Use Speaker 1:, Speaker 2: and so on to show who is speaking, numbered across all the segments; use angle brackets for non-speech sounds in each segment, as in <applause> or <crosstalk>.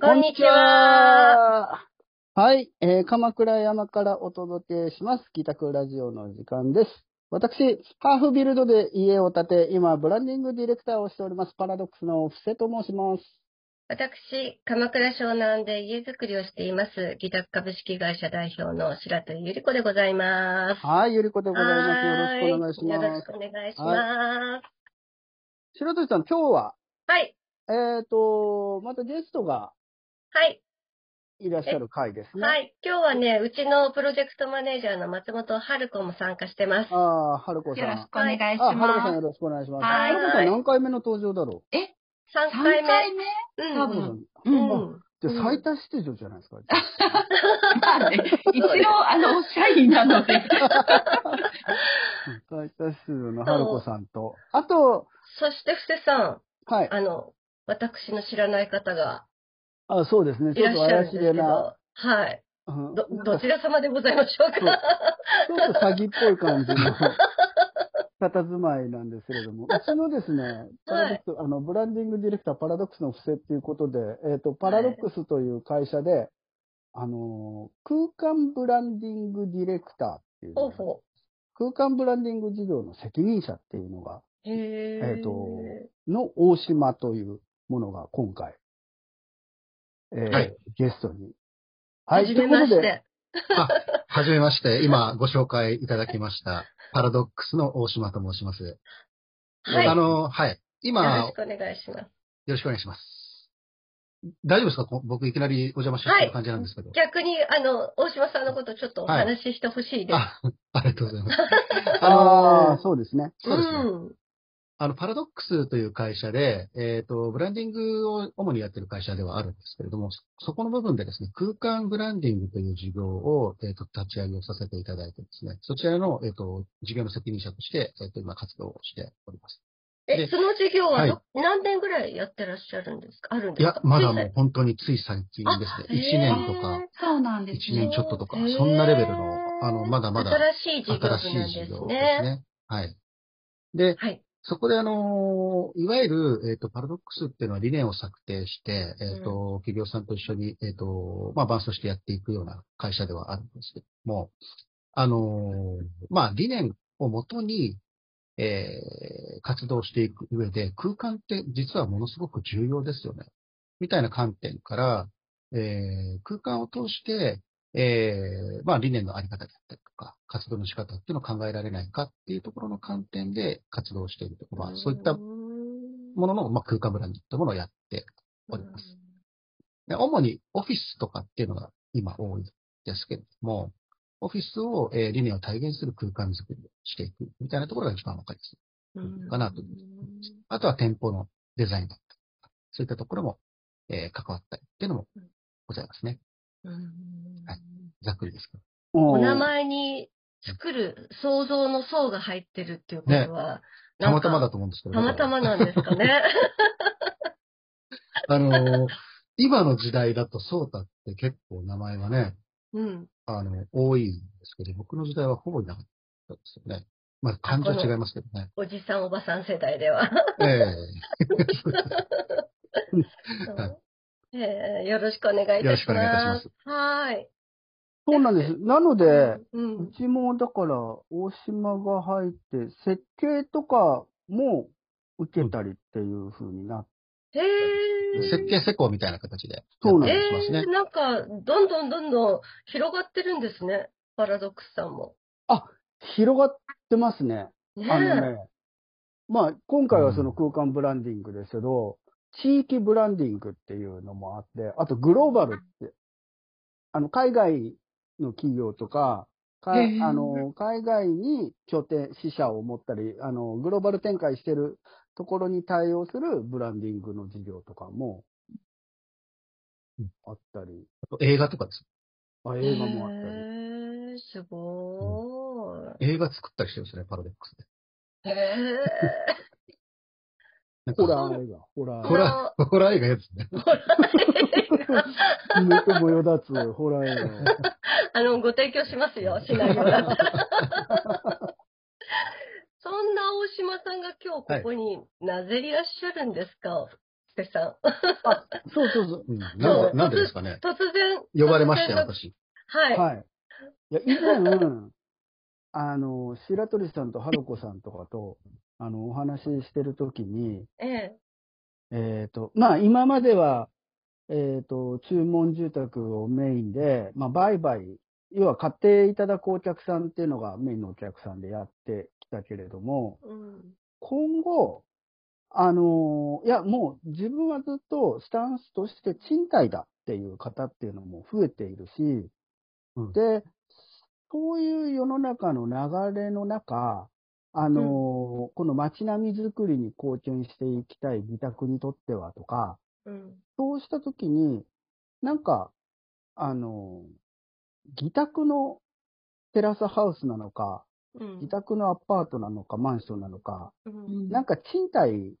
Speaker 1: こんにちは。
Speaker 2: はい、えー鎌倉山からお届けします。帰宅ラジオの時間です。私、ハーフビルドで家を建て、今、ブランディングディレクターをしております。パラドックスの布施と申します。
Speaker 1: 私、鎌倉湘南で家づくりをしています、ギタック株式会社代表の白鳥ゆり子でございます。
Speaker 2: はい、ゆりこでございます。よろしくお願いし
Speaker 1: はーよろ
Speaker 2: ま
Speaker 1: し
Speaker 2: す。
Speaker 1: くお願いします。
Speaker 2: 白鳥さん、今日は、
Speaker 1: はい、
Speaker 2: えっ、と、またゲストが
Speaker 1: はい、
Speaker 2: いらっしゃる回ですね。
Speaker 1: はい。今日はね、うちのプロジェクトマネージャーの松本春子も参加してます。
Speaker 2: ああ、はるこさん。
Speaker 3: よろしくお願いし
Speaker 2: あ、はるこさ
Speaker 3: ま
Speaker 2: んよ
Speaker 3: す。
Speaker 2: ろしくお願いします。
Speaker 3: はい
Speaker 2: はるこさん何回目の登場だろ
Speaker 1: 3
Speaker 3: 3
Speaker 1: 回目。
Speaker 3: 回目
Speaker 2: う
Speaker 3: 多
Speaker 2: はるこさ
Speaker 3: 分う
Speaker 2: ん
Speaker 3: ん
Speaker 1: うん。うん。
Speaker 2: じゃあ最多出場じゃないですか。
Speaker 3: まあね一応、あの、社員なの
Speaker 1: <laughs>
Speaker 3: で。
Speaker 2: <laughs> 大多数の春子さんと、あと、
Speaker 1: そして、布施さん、
Speaker 2: はい。
Speaker 1: あの、私の知らない方が
Speaker 2: あ、そうですね。
Speaker 1: い
Speaker 2: ちょ
Speaker 1: ら
Speaker 2: っ
Speaker 1: っしゃるん
Speaker 2: と怪し
Speaker 1: です
Speaker 2: げ
Speaker 1: け
Speaker 2: な、
Speaker 1: ど、はい。
Speaker 2: うん
Speaker 1: ど、
Speaker 2: なん
Speaker 1: ど
Speaker 2: か
Speaker 1: ちら様でございましょう
Speaker 2: そう
Speaker 1: か。
Speaker 2: <laughs> ちょっと詐欺っぽい感じの <laughs> 佇まいなんですけれ
Speaker 1: <laughs>
Speaker 2: ども、うちのですね、パラドックス、あの、ブランディングディレクターパラドックスの不正っていうことで、えっ、と、パラドックスという会社で、あのー、空間ブランディングディレクターっていう
Speaker 1: ほう
Speaker 2: のが、
Speaker 1: ほ
Speaker 2: 空間ブランディング事業の責任者っていうのが、
Speaker 1: う。へえ
Speaker 2: えーとの大島というものが今回、えー
Speaker 4: はい
Speaker 2: ゲストに。
Speaker 1: は
Speaker 2: はい、
Speaker 1: じ
Speaker 2: と
Speaker 1: め
Speaker 2: いうこ
Speaker 1: ま
Speaker 2: と
Speaker 1: し
Speaker 2: で、
Speaker 1: て。
Speaker 4: あ、はじめまして。今ご紹介いただきました。パラドックスの大島と申します。
Speaker 1: はい。
Speaker 4: あ
Speaker 1: よ
Speaker 4: の、はい。
Speaker 1: ろ
Speaker 4: 今
Speaker 1: し、くお願いします。
Speaker 4: よろしくお願いします。大丈夫ですかこ僕いきなりお邪魔しちゃってる感じなんですけど。
Speaker 1: 逆に、あの、大島さんのことちょっとお話ししてほしいです。
Speaker 4: あ、ありがとうございます。あ
Speaker 2: あ
Speaker 4: の
Speaker 2: あ、、そうですね。
Speaker 4: そうですね。
Speaker 1: うん。
Speaker 4: あの、パラドックスという会社で、えっ、と、ブランディングを主にやってる会社ではあるんですけれども、そそこの部分でですね、空間ブランディングという事業を、えっ、と、立ち上げをさせていただいてですね、そちらの、えっ、と、事業の責任者として、えっ、と、今活動をしております。
Speaker 1: え、
Speaker 4: で
Speaker 1: その授業はど
Speaker 4: は
Speaker 1: 何年ぐらいやってらっしゃるんですかあるん
Speaker 4: い
Speaker 1: です
Speaker 4: や
Speaker 1: か、
Speaker 4: まだもう本当につい最近ですね、1年とか、。
Speaker 3: そうなん
Speaker 4: 1
Speaker 3: です
Speaker 4: 年
Speaker 3: ね。
Speaker 4: ちょっととか、
Speaker 1: へー
Speaker 4: そんなレベルの、あの、まだまだ
Speaker 1: 新しい事業部なん
Speaker 4: 新
Speaker 1: です
Speaker 4: し
Speaker 1: ね。
Speaker 4: い事業ですね。はい。で、
Speaker 1: はい。
Speaker 4: そこであの、いわゆる、えっ、と、パラドックスっていうのは理念を策定して、えっ、と、企業さんと一緒に、えっ、と、まあ、伴走してやっていくような会社ではあるんですけども、あの、まあ、理念をもとに、えー活動していく上で、空間って実はものすごく重要ですよね。みたいな観点から、えー空間を通して、えーまあ理念のあり方だったりとか、活動の仕方っていうのを考えられないかっていうところの観点で活動しているとか、まあそういったものの、まあ、空間ブランドってものをやっております。で主にオフィスとかっていうのが今多いですけれども、オフィスを、えー理念を体現する空間づくりをしていくみたいなところが一番わかりやすい。
Speaker 1: うん
Speaker 4: かなと思いあとは店舗のデザインだったりとか、そういったところも、えー関わったりっていうのもございますね。
Speaker 1: うん
Speaker 4: はいざっくりですけど。
Speaker 2: お
Speaker 1: お名前に作る想像の層が入ってるっていうことは、
Speaker 4: たまたま
Speaker 1: なん
Speaker 4: だ
Speaker 1: か
Speaker 4: と思うんですけど。
Speaker 1: たまたまなんですかね。
Speaker 4: <laughs> あのー、今の時代だとソータって結構名前がね、
Speaker 1: うん。
Speaker 4: あの、多いんですけど、僕の時代はほぼいなかったですよね。まあ、漢字は違いますけど
Speaker 1: <laughs>
Speaker 4: ね。
Speaker 1: おじさんおばさん世代では。
Speaker 4: <laughs> え
Speaker 1: そうえーよろしくお願いいたします。
Speaker 4: よろしくお願いいたします
Speaker 1: はーい。
Speaker 2: そうなんです。なので、
Speaker 1: うん
Speaker 2: うちもだから、大島が入って、設計とかも受けたりっていう風になって、
Speaker 1: へ
Speaker 4: え
Speaker 1: ー
Speaker 4: 設計施工みたいな形で。
Speaker 2: そうなん
Speaker 1: え
Speaker 2: で
Speaker 4: しますね
Speaker 1: ー、。なんか、どんどんどんどん広がってるんですね。パラドックスさんも。
Speaker 2: 広がってますね。
Speaker 1: ね
Speaker 2: あのね、まあ、今回はその空間ブランディングですけど、地域ブランディングっていうのもあって、あとグローバルって、あの、海外の企業とか、か
Speaker 3: へー
Speaker 2: あの海外に拠点、支社を持ったり、あの、グローバル展開してるところに対応するブランディングの事業とかも
Speaker 4: うん、
Speaker 2: あったり、
Speaker 4: あと映画とかです。
Speaker 2: あ
Speaker 1: へ
Speaker 2: 映画もあったり。
Speaker 1: ー、すごーい。
Speaker 4: 映画作ったりしてるんですよね、パラドックスで。 <laughs>
Speaker 1: へー
Speaker 4: なんか
Speaker 2: ホラー映画、ホラー
Speaker 4: ホラー、ホラー映画やつね。
Speaker 2: めっちゃ模様立つ、ホラー映画。
Speaker 1: あの、ご提供しますよ、シナリオだったらそんな大島さんが今日ここになぜいらっしゃるんですか、瀬さん。
Speaker 2: あ、 <laughs> そうそうそう。
Speaker 4: うんなんかなんでですかね。
Speaker 1: 突然。
Speaker 4: 呼ばれましたよ、
Speaker 1: 突然の
Speaker 4: 私。
Speaker 1: はい。
Speaker 2: はい。いや、以前、 <laughs> あの、白鳥さんと春子さんとかと、あの、お話ししてるときに、
Speaker 1: ええ。
Speaker 2: えっ、と、まあ、今までは、えっ、と、注文住宅をメインで、まあ、売買、要は買っていただくお客さんっていうのがメインのお客さんでやってきたけれども、
Speaker 1: うん。
Speaker 2: 今後、あのいや、もう自分はずっとスタンスとして賃貸だっていう方っていうのも増えているし、
Speaker 4: うん
Speaker 2: で、そういう世の中の流れの中、あのこの街並みづくりに貢献していきたい自宅にとってはとか、
Speaker 1: うん。
Speaker 2: そうしたときに、なんか、あの自宅のテラスハウスなのか、
Speaker 1: うん。
Speaker 2: 自宅のアパートなのか、マンションなのか、
Speaker 1: うん。
Speaker 2: なんか賃貸、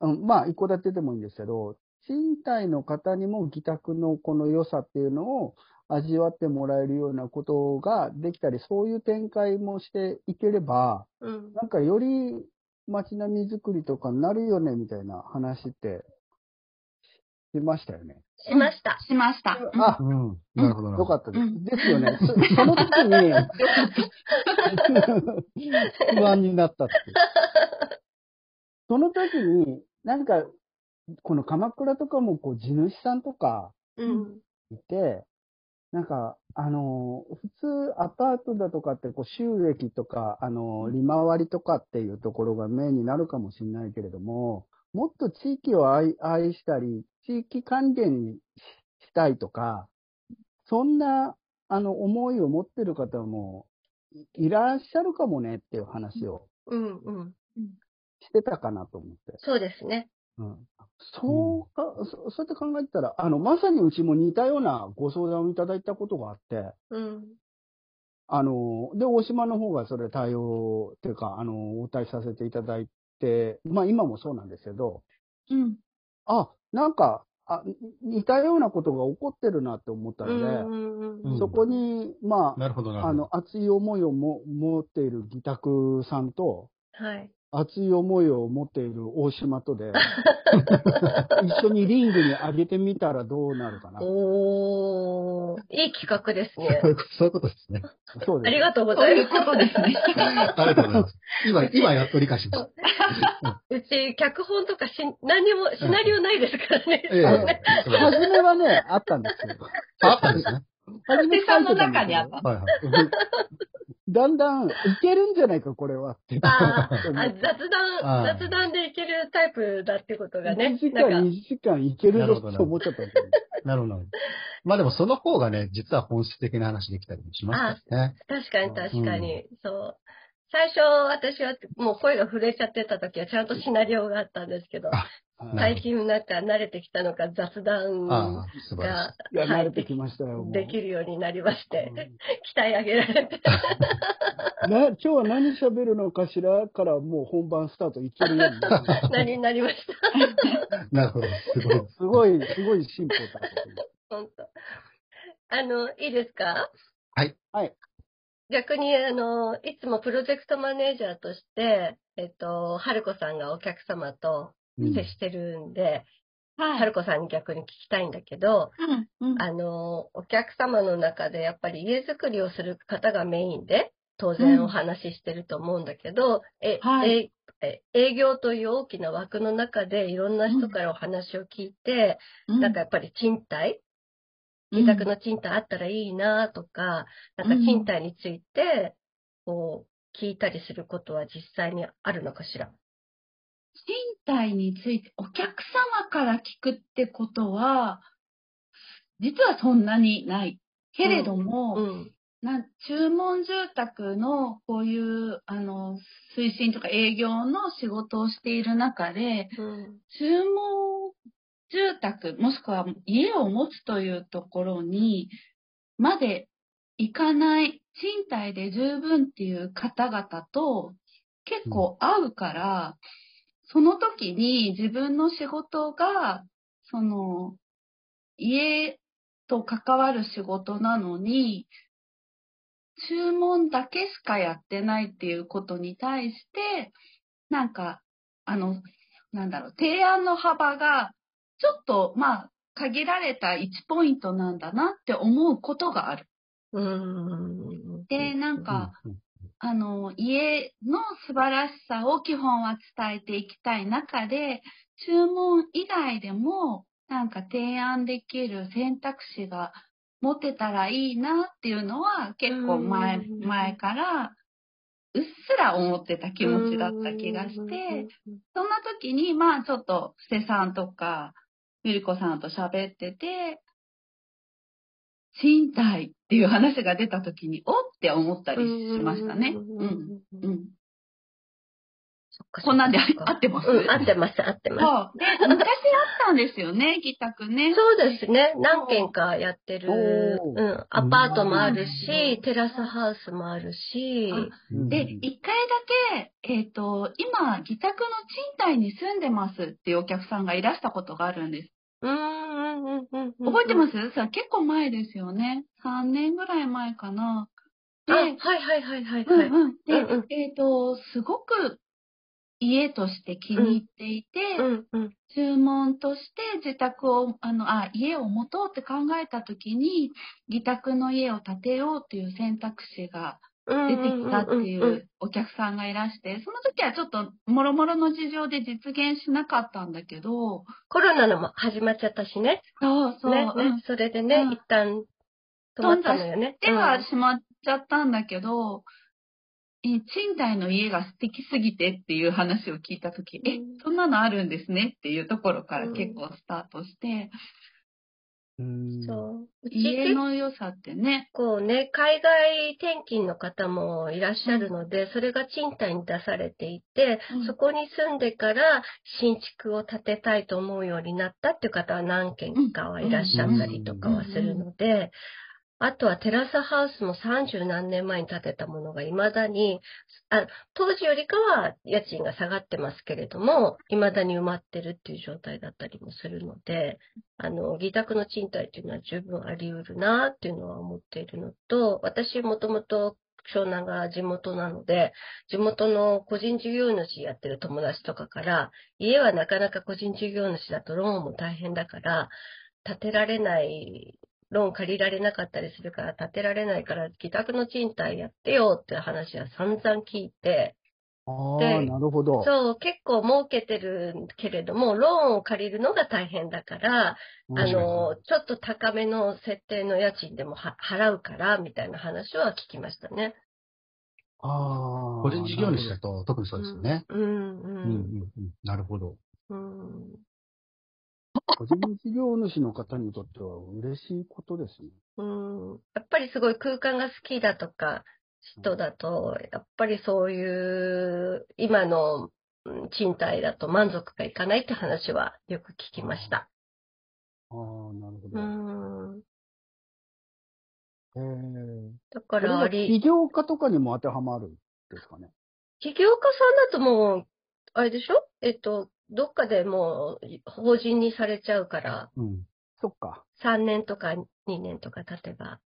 Speaker 2: うん、まあ、一戸建てでもいいんですけど、賃貸の方にも自宅のこの良さっていうのを味わってもらえるようなことができたり、そういう展開もしていければ、
Speaker 1: うん。
Speaker 2: なんかより街並みづくりとかになるよね、みたいな話って、しましたよね。
Speaker 1: しました。
Speaker 3: しました。うん
Speaker 2: あ、
Speaker 4: うん。なるほど、なる
Speaker 2: よ
Speaker 4: ほ
Speaker 2: か
Speaker 4: ど。
Speaker 2: ったで
Speaker 3: う
Speaker 2: す。
Speaker 3: ん
Speaker 2: ですよね。そその時に、 <laughs> 不安になったっていう。その時に、なんか、この鎌倉とかも、こう、地主さんとか
Speaker 1: うん。
Speaker 2: いて、なんか、あのー、普通アパートだとかって、こう、収益とか、あのー、利回りとかっていうところがメインになるかもしれないけれども、もっと地域を愛愛したり、地域還元にししたいとか、そんな、あの、思いを持ってる方もいいらっしゃるかもねっていう話を
Speaker 1: うん。うん。
Speaker 2: してたかなと思って。
Speaker 1: そうですね。
Speaker 2: うん、そうか、そそうやって考えたら、あの、まさにうちも似たようなご相談をいただいたことがあって、
Speaker 1: うん。
Speaker 2: あの、で、大島の方がそれ対応っていうか、あの、応対させていただいて、まあ今もそうなんですけど、
Speaker 3: うん。
Speaker 2: あ、なんか、あ似たようなことが起こってるなって思った
Speaker 1: うん。う
Speaker 2: ので、
Speaker 1: ん。
Speaker 4: うん
Speaker 2: そこに、ま
Speaker 4: なるほど、な
Speaker 2: あ、
Speaker 4: るほ
Speaker 2: あ
Speaker 4: ど。
Speaker 2: の、熱い思いをも持っている自宅さんと、
Speaker 1: はい。
Speaker 2: 熱い思いを持っている大島とで、一緒にリングに上げてみたらどうなるかな。
Speaker 1: おー。いい企画ですね
Speaker 4: <laughs> そう。いうことそういうことですね。
Speaker 2: そう
Speaker 1: あ
Speaker 2: です
Speaker 1: り。がとうご
Speaker 3: そう
Speaker 1: ざ
Speaker 3: い
Speaker 1: いうます。
Speaker 3: ことです
Speaker 1: <laughs>
Speaker 3: ね。
Speaker 4: ありがとうございます。今、今やっと理解しました。
Speaker 1: うち、脚本とかし、何にも、シナリオないですからね。
Speaker 4: ええ
Speaker 2: あの
Speaker 4: それは
Speaker 2: 初めはね、あったんですよ。
Speaker 4: あったんですね。
Speaker 2: 初め
Speaker 3: で、さんの
Speaker 2: 書いてんだ
Speaker 3: 中
Speaker 2: けど
Speaker 3: にあった。
Speaker 4: はいはい。
Speaker 2: <laughs> だんだん、いけるんじゃないか、これはって。
Speaker 1: あーあ、雑
Speaker 4: あ
Speaker 1: 談、
Speaker 4: ー
Speaker 1: 雑談でいけるタイプだってことがね
Speaker 2: 1。時
Speaker 1: な
Speaker 2: 間、2
Speaker 1: んか、
Speaker 2: 時間いける
Speaker 4: な
Speaker 2: ぞ
Speaker 4: るほどな
Speaker 2: と思っちゃったんですよね。
Speaker 4: なるほど。まあでもその方がね、実は本質的な話できたりもしますからね。
Speaker 1: 確かに確かに。そう。最初、私は、もう声が震えちゃってた時は、ちゃんとシナリオがあったんですけど、
Speaker 4: あなる
Speaker 1: 最近なんか慣れてきたのか、雑
Speaker 4: ああ
Speaker 1: 談、
Speaker 4: 素晴ら
Speaker 1: が
Speaker 4: し、
Speaker 2: いや、
Speaker 1: は
Speaker 2: 慣
Speaker 1: い
Speaker 2: れてきましたよ。もう
Speaker 1: できるようになりまして
Speaker 2: う、ん
Speaker 1: <laughs> 鍛え上げられて。
Speaker 2: な今日は何喋るのかしらから、もう本番スタートいけるようになり
Speaker 4: <laughs>
Speaker 2: まし
Speaker 1: 何になりました。
Speaker 4: い。なるほど。すごい。
Speaker 2: た。すごい、すごい進歩だったと思う。
Speaker 1: 本当。あの、いいですか
Speaker 4: はい。
Speaker 2: はい。
Speaker 1: 逆に、あの、いつもプロジェクトマネージャーとして、えっと、春子さんがお客様と
Speaker 4: うん
Speaker 1: 接してるんで、
Speaker 3: は
Speaker 1: 春
Speaker 3: い。
Speaker 1: 子さんに逆に聞きたいんだけど、
Speaker 3: うん。うん。
Speaker 1: あの、お客様の中でやっぱり家づくりをする方がメインで、当
Speaker 3: う
Speaker 1: 然
Speaker 3: ん
Speaker 1: お話ししてると思うんだけど、え、
Speaker 3: はい
Speaker 1: ええ営業という大きな枠の中でいろんな人からお話を聞いて、
Speaker 3: うん
Speaker 1: なんか、やっぱり賃貸
Speaker 3: 自
Speaker 1: 自宅の賃貸あったらいいなとか、なんか賃貸について、こう、聞いたりすることは実際にあるのかしら。
Speaker 3: 賃貸についてお客様から聞くってことは、実はそんなにない。けれども、
Speaker 1: うん。
Speaker 3: な注文住宅のこういうあの推進とか営業の仕事をしている中で、
Speaker 1: うん。
Speaker 3: 注文住宅もしくは家を持つというところにまで行かない賃貸で十分っていう方々と結構会うから、その時に自分の仕事がその家と関わる仕事なのに注文だけしかやってないっていうことに対してなんかあのなんだろう、提案の幅がちょっと、まあ、限られた1ポイントなんだなって思うことがある。
Speaker 1: うーん。
Speaker 3: で、なんか、
Speaker 4: うん、
Speaker 3: あの、家の素晴らしさを基本は伝えていきたい中で、注文以外でも、なんか提案できる選択肢が持てたらいいなっていうのは、結構前、
Speaker 1: うん
Speaker 3: 前から、うっすら思ってた気持ちだった気がして、そんな時に、まあちょっと、布施さんとか、ゆりこさんと喋ってて、賃貸っていう話が出た時に、おって思ったりしましたね。うん。うん。
Speaker 1: そっか
Speaker 3: こんなんであ
Speaker 1: そっか
Speaker 3: 合ってます
Speaker 1: うん、合ってます、合ってます。
Speaker 3: そう。で、昔あったんですよね、ギタクね。
Speaker 1: そうですね。何軒かやってる、
Speaker 2: おー
Speaker 1: うん、アパートもある
Speaker 3: う
Speaker 1: し、テラスハウスもあるし、
Speaker 4: うん
Speaker 3: で、一回だけ、えっ、と、今、自宅の賃貸に住んでますっていうお客さんがいらしたことがあるんです。
Speaker 1: うーん、うん、うん、うん。
Speaker 3: 覚えてますす、さ結構前ですよね。3年ぐらい前かな。
Speaker 1: あ、
Speaker 3: で、
Speaker 1: はいはいはいはい
Speaker 3: うん
Speaker 1: はい。
Speaker 3: うん。で、
Speaker 1: うんうん
Speaker 3: えっ、と、すごく家として気に入っていて、
Speaker 1: うん、うん。
Speaker 3: 注文として自宅をあのあ家を持とうって考えた時に自宅の家を建てようっていう選択肢が出てきたってい
Speaker 1: んんんん。
Speaker 3: うお客さんがいらしてその時はちょっともろもろの事情で実現しなかったんだけど
Speaker 1: コロナのも始まっちゃったしね。
Speaker 3: そうそう、
Speaker 1: ね、
Speaker 3: うん
Speaker 1: それでね、
Speaker 3: うん
Speaker 1: 一旦止まったのよね。
Speaker 3: で
Speaker 1: う
Speaker 3: は
Speaker 1: ん
Speaker 3: しまっちゃったんだけど、え賃貸の家が素敵すぎてっていう話を聞いたとき、え、そんなのあるんですねっていうところから結構スタートして、
Speaker 2: うん
Speaker 1: そう。うち
Speaker 3: 家
Speaker 1: 結
Speaker 3: の良さってね。
Speaker 1: 構ね、海外転勤の方もいらっしゃるので、それが賃貸に出されていて、
Speaker 3: うん
Speaker 1: そこに住んでから新築を建てたいと思うようになったっていう方は何軒かはいらっしゃったりとかはするので、あとはテラスハウスも三十何年前に建てたものが未だに、あ当時よりかは家賃が下がってますけれども、未だに埋まってるっていう状態だったりもするので、あの、議宅の賃貸っていうのは十分あり得るなっていうのは思っているのと、私もともと湘南が地元なので、地元の個人事業主やってる友達とかから、家はなかなか個人事業主だとローンも大変だから、建てられない、ローン借りられなかったりするから建てられないから、自宅の賃貸やってよって話は散々聞いて、
Speaker 2: ああ、
Speaker 1: で
Speaker 2: なるほど。
Speaker 1: そう、結構儲けてるけれども、ローンを借りるのが大変だから、
Speaker 2: うん
Speaker 1: あの、ちょっと高めの設定の家賃でもは払うから、みたいな話は聞きましたね。
Speaker 2: ああ。
Speaker 4: 個人事業主だと特にそうですよね。
Speaker 1: うん、う
Speaker 4: うんうん
Speaker 1: ん、
Speaker 4: うん、なるほど。
Speaker 1: うん。
Speaker 2: 個人事業主の方にとっては嬉しいことですね。
Speaker 1: うん、やっぱりすごい空間が好きだとか、人だと、やっぱりそういう、今のうん賃貸だと満足がいかないって話はよく聞きました。
Speaker 2: ああ、なるほ
Speaker 1: う
Speaker 2: ど。
Speaker 1: ん。
Speaker 2: えー、
Speaker 1: だか
Speaker 2: これ
Speaker 1: ら、
Speaker 2: は
Speaker 1: あり
Speaker 2: 起業家とかにも当てはまるんですかね。
Speaker 1: 起業家さんだともう、あれでしょえっと、どっかでもう法人にされちゃうから、
Speaker 4: うん。
Speaker 2: そっか。
Speaker 1: 3年とか2年とか経てば。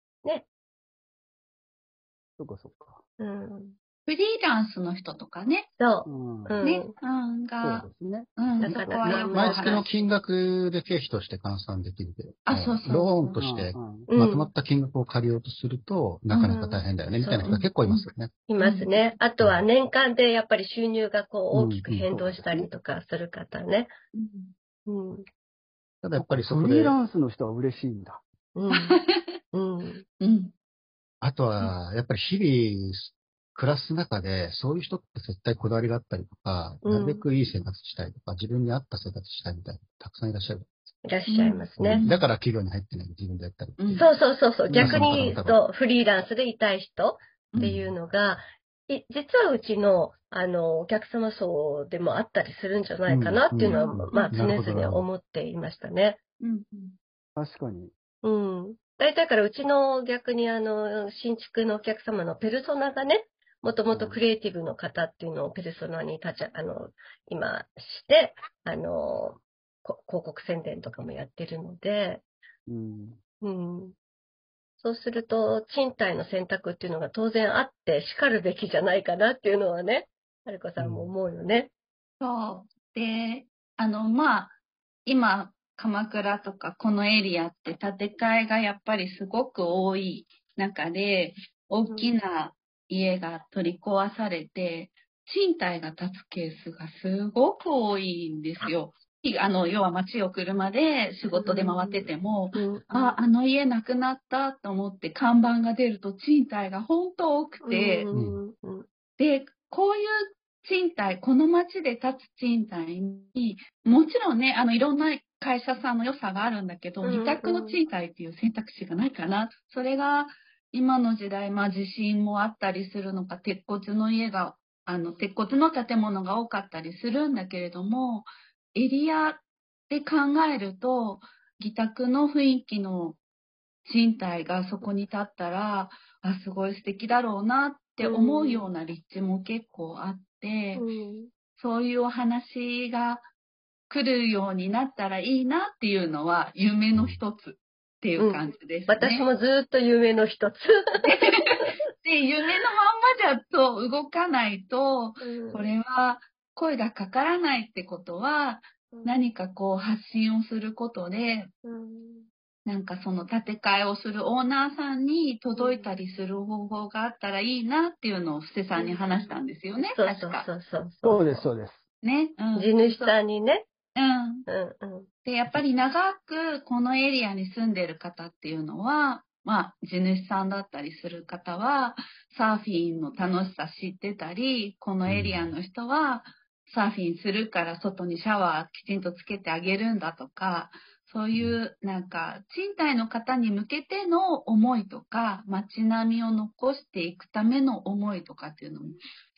Speaker 2: そっかそっか。
Speaker 1: うん。
Speaker 3: フリーランスの人とかね、
Speaker 1: そうう。
Speaker 2: ん。
Speaker 1: うん
Speaker 3: ね、うん、が
Speaker 2: そ、うですね。
Speaker 3: うん、
Speaker 1: だ
Speaker 3: そ
Speaker 1: から
Speaker 3: こはよく
Speaker 4: 毎
Speaker 3: 話
Speaker 4: 月の金額で経費として換算できるけど、
Speaker 3: あそうそう
Speaker 4: ローンとして
Speaker 2: うんうん
Speaker 1: うん
Speaker 4: まとまった金額を借りようとすると、なかなか大変だよね、
Speaker 1: うん
Speaker 4: みたいな人が結構いますよね。
Speaker 1: いますね。あとは年間でやっぱり収入がこう大きく変動したりとかする方ね。うん。
Speaker 4: ただやっぱりそこ
Speaker 2: フリー
Speaker 4: で、
Speaker 2: ランスの人は嬉しいんだ。
Speaker 3: <laughs>
Speaker 1: うん。うん。
Speaker 3: うん、うん、
Speaker 4: あとは、やっぱり日々、暮らす中で、そういう人って絶対こだわりがあったりとか、
Speaker 1: うん
Speaker 4: なるべくいい生活したいとか、自分に合った生活したいみたいな、たくさんいらっしゃる。
Speaker 1: いらっしゃいますね。
Speaker 4: だから企業に入ってない自分でやったり。
Speaker 3: うん。
Speaker 1: そうそうそうそう。
Speaker 4: うん
Speaker 1: 逆に言うと、フリーランスでいたい人っていうのが、い実はうちの、あの、お客様層でもあったりするんじゃないかなっていうのは、
Speaker 3: うんうん
Speaker 1: まあ、
Speaker 4: うん
Speaker 1: 常々思っていましたね。
Speaker 3: うん、
Speaker 2: 確かに。
Speaker 1: うん。大体からうちの逆にあの、新築のお客様のペルソナがね、もともとクリエイティブの方っていうのをペルソナに立ちあ、あの、今して、あの、こ広告宣伝とかもやってるので、
Speaker 2: うん。
Speaker 1: うんそうすると、賃貸の選択っていうのが当然あって、叱るべきじゃないかなっていうのはね、はるこさんも思うよね。
Speaker 3: そう。で、あの、まあ、今、鎌倉とかこのエリアって建て替えがやっぱりすごく多い中で、大きな家が取り壊されて、賃貸が立つケースがすごく多いんですよ。あの、要は街を車で仕事で回ってても、
Speaker 1: うん
Speaker 3: あ、あの家なくなったと思って看板が出ると賃貸が本当多くて、
Speaker 1: うんうん
Speaker 3: で、こういう賃貸、この町で建つ賃貸に、もちろんね、あの、いろんな会社さんの良さがあるんだけど、
Speaker 1: うんうん
Speaker 3: 二択の賃貸っていう選択肢がないかな。それが、今の時代、まあ地震もあったりするのか、鉄骨の家が、あの、鉄骨の建物が多かったりするんだけれども、エリアで考えると、自宅の雰囲気の賃貸がそこに立ったら、あ、すごい素敵だろうなって思うような立地も結構あって、
Speaker 1: うん
Speaker 3: そういうお話が来るようになったらいいなっていうのは夢の一つっていう感じです、ね
Speaker 1: 私もずーっと夢の一つ。
Speaker 3: で、夢のまんまじゃと動かないと、これは声がかからないってことは、何かこう発信をすることで、
Speaker 1: うん
Speaker 3: なんかその建て替えをするオーナーさんに届いたりする方法があったらいいなっていうのを布施さんに話したんですよね。
Speaker 1: そう
Speaker 3: 確
Speaker 1: そう
Speaker 3: か。
Speaker 1: そうそう。
Speaker 2: そうです、そうです。
Speaker 3: ね。うん。
Speaker 1: 地主さんにね。
Speaker 3: うん。
Speaker 1: うんうん
Speaker 3: で、やっぱり長くこのエリアに住んでる方っていうのは、まあ、地主さんだったりする方は、サーフィンの楽しさ知ってたり、このエリアの人は、サーフィンするから外にシャワーきちんとつけてあげるんだとか、そういうなんか、賃貸の方に向けての思いとか、街並みを残していくための思いとかっていうのも、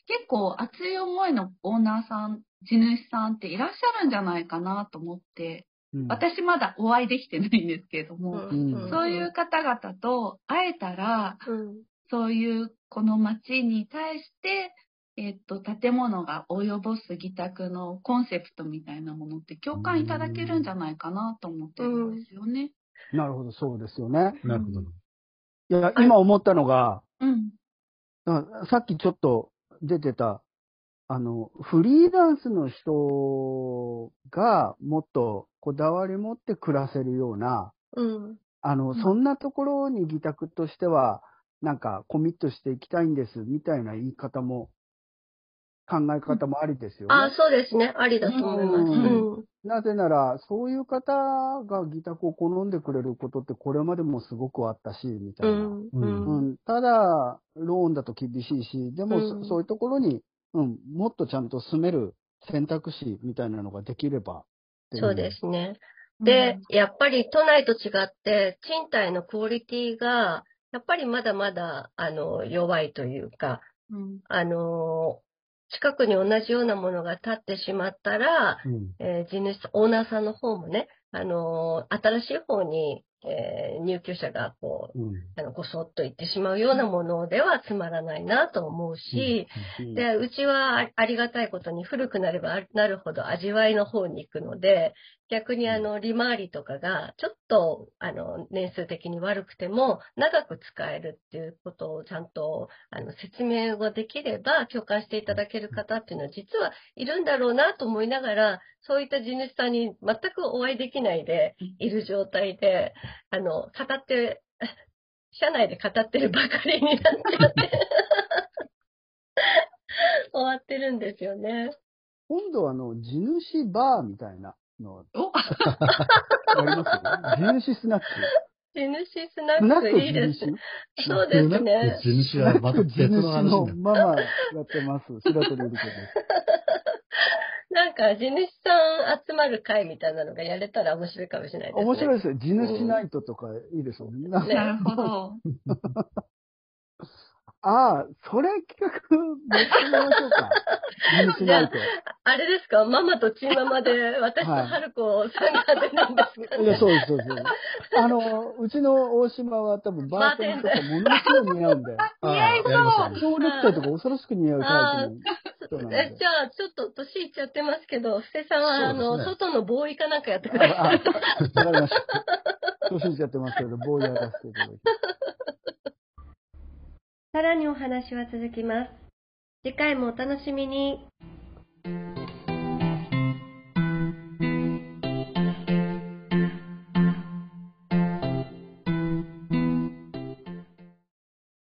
Speaker 3: 結構熱い思いのオーナーさん、地主さんっていらっしゃるんじゃないかなと思って、
Speaker 2: うん
Speaker 3: 私まだお会いできてないんですけれども、
Speaker 2: うん
Speaker 3: そういう。方々と会えたら、
Speaker 1: うん
Speaker 3: そういうこの町に対して、えっと、建物が及ぼす自宅のコンセプトみたいなものって共感いただけるんじゃないかなと思ってるんですよね。
Speaker 2: なるほど、そうですよね。
Speaker 4: なるほど。
Speaker 2: いや、今思ったのが、
Speaker 3: うん。
Speaker 2: あさっきちょっと出てた、あの、フリーランスの人がもっとこだわり持って暮らせるような、
Speaker 1: うん
Speaker 2: あの、
Speaker 3: ん
Speaker 2: そんなところに自宅としては、なんかコミットしていきたいんです、みたいな言い方も、考え方もありですよね。
Speaker 1: あ、そうですね。ありだと思います。
Speaker 2: うん
Speaker 1: うん
Speaker 2: なぜなら、そういう方が自宅を好んでくれることってこれまでもすごくあったし、みた
Speaker 1: う
Speaker 2: いな。
Speaker 1: ん。
Speaker 4: う
Speaker 1: うん。
Speaker 2: うんん、ただ、ローンだと厳しいし、でもそ、
Speaker 1: うん
Speaker 2: そういうところに、うん、もっとちゃんと住める選択肢みたいなのができればってい
Speaker 1: そうですね。で、やっぱり都内と違って、賃貸のクオリティが、やっぱりまだまだ、あの、弱いというか、
Speaker 3: うん、
Speaker 1: あの、近くに同じようなものが建ってしまったら、
Speaker 4: うん
Speaker 1: えー地主さん、オーナーさんの方もね、あのー新しい方に、えー入居者がこう、
Speaker 4: うん
Speaker 1: あの、ごそっと行ってしまうようなものではつまらないなと思うし、
Speaker 2: うん
Speaker 1: で、うちはあありがたいことに古くなればあなるほど味わいの方に行くので、逆にあの、利回りとかがちょっと、あの、年数的に悪くても長く使えるっていうことをちゃんと、あの、説明ができれば共感していただける方っていうのは実はいるんだろうなと思いながら、そういった地主さんに全くお会いできないでいる状態で、あの、語って、社内で語ってるばかりになって終わってるんですよね。
Speaker 2: 今度はあの、地主バーみたいなの、
Speaker 3: お
Speaker 2: ありますよね。地主スナック。
Speaker 1: 地主スナ
Speaker 2: スナ
Speaker 1: ッ
Speaker 2: ック
Speaker 1: クいいですね。そう
Speaker 4: ス
Speaker 1: です
Speaker 4: ナッ
Speaker 1: ね
Speaker 4: ク。地主はまた別の話
Speaker 2: の
Speaker 4: だ。
Speaker 2: ママやってます。白鳥ゆり子です。
Speaker 1: なんか地主さん集まる会みたいなのがやれたら面白いかもしれないですね。
Speaker 2: 面白
Speaker 1: い。
Speaker 2: いですよ。地主ナイトとかいいですよね。なんか
Speaker 1: ね
Speaker 3: なるほど。
Speaker 2: ああ、それ企画、めっちゃやりましょうか。地主ナイト。
Speaker 1: あれですかママとチーマ
Speaker 4: <laughs>
Speaker 1: マで私と春子さんが出るんですか
Speaker 2: いや、そうです、そうです。あの、うちの大島は多分バーテンとかものす <laughs> ごい似合うんで、
Speaker 4: ああやりましょう
Speaker 2: 協力隊とか恐ろしく似合うタイプの人なん
Speaker 1: え
Speaker 2: で
Speaker 1: じ。ゃあ、ちょっと年いっちゃってますけど、布施さんは、
Speaker 4: そ
Speaker 1: あ
Speaker 4: う
Speaker 1: の、
Speaker 4: ですね
Speaker 1: 外の防衛かなんかやってくだ
Speaker 2: あ、
Speaker 1: さ
Speaker 2: あ
Speaker 1: い。
Speaker 2: わかりました。初心者やってますけど、棒やらせていただいて。
Speaker 1: さらにお話は続きます。次回もお楽しみに。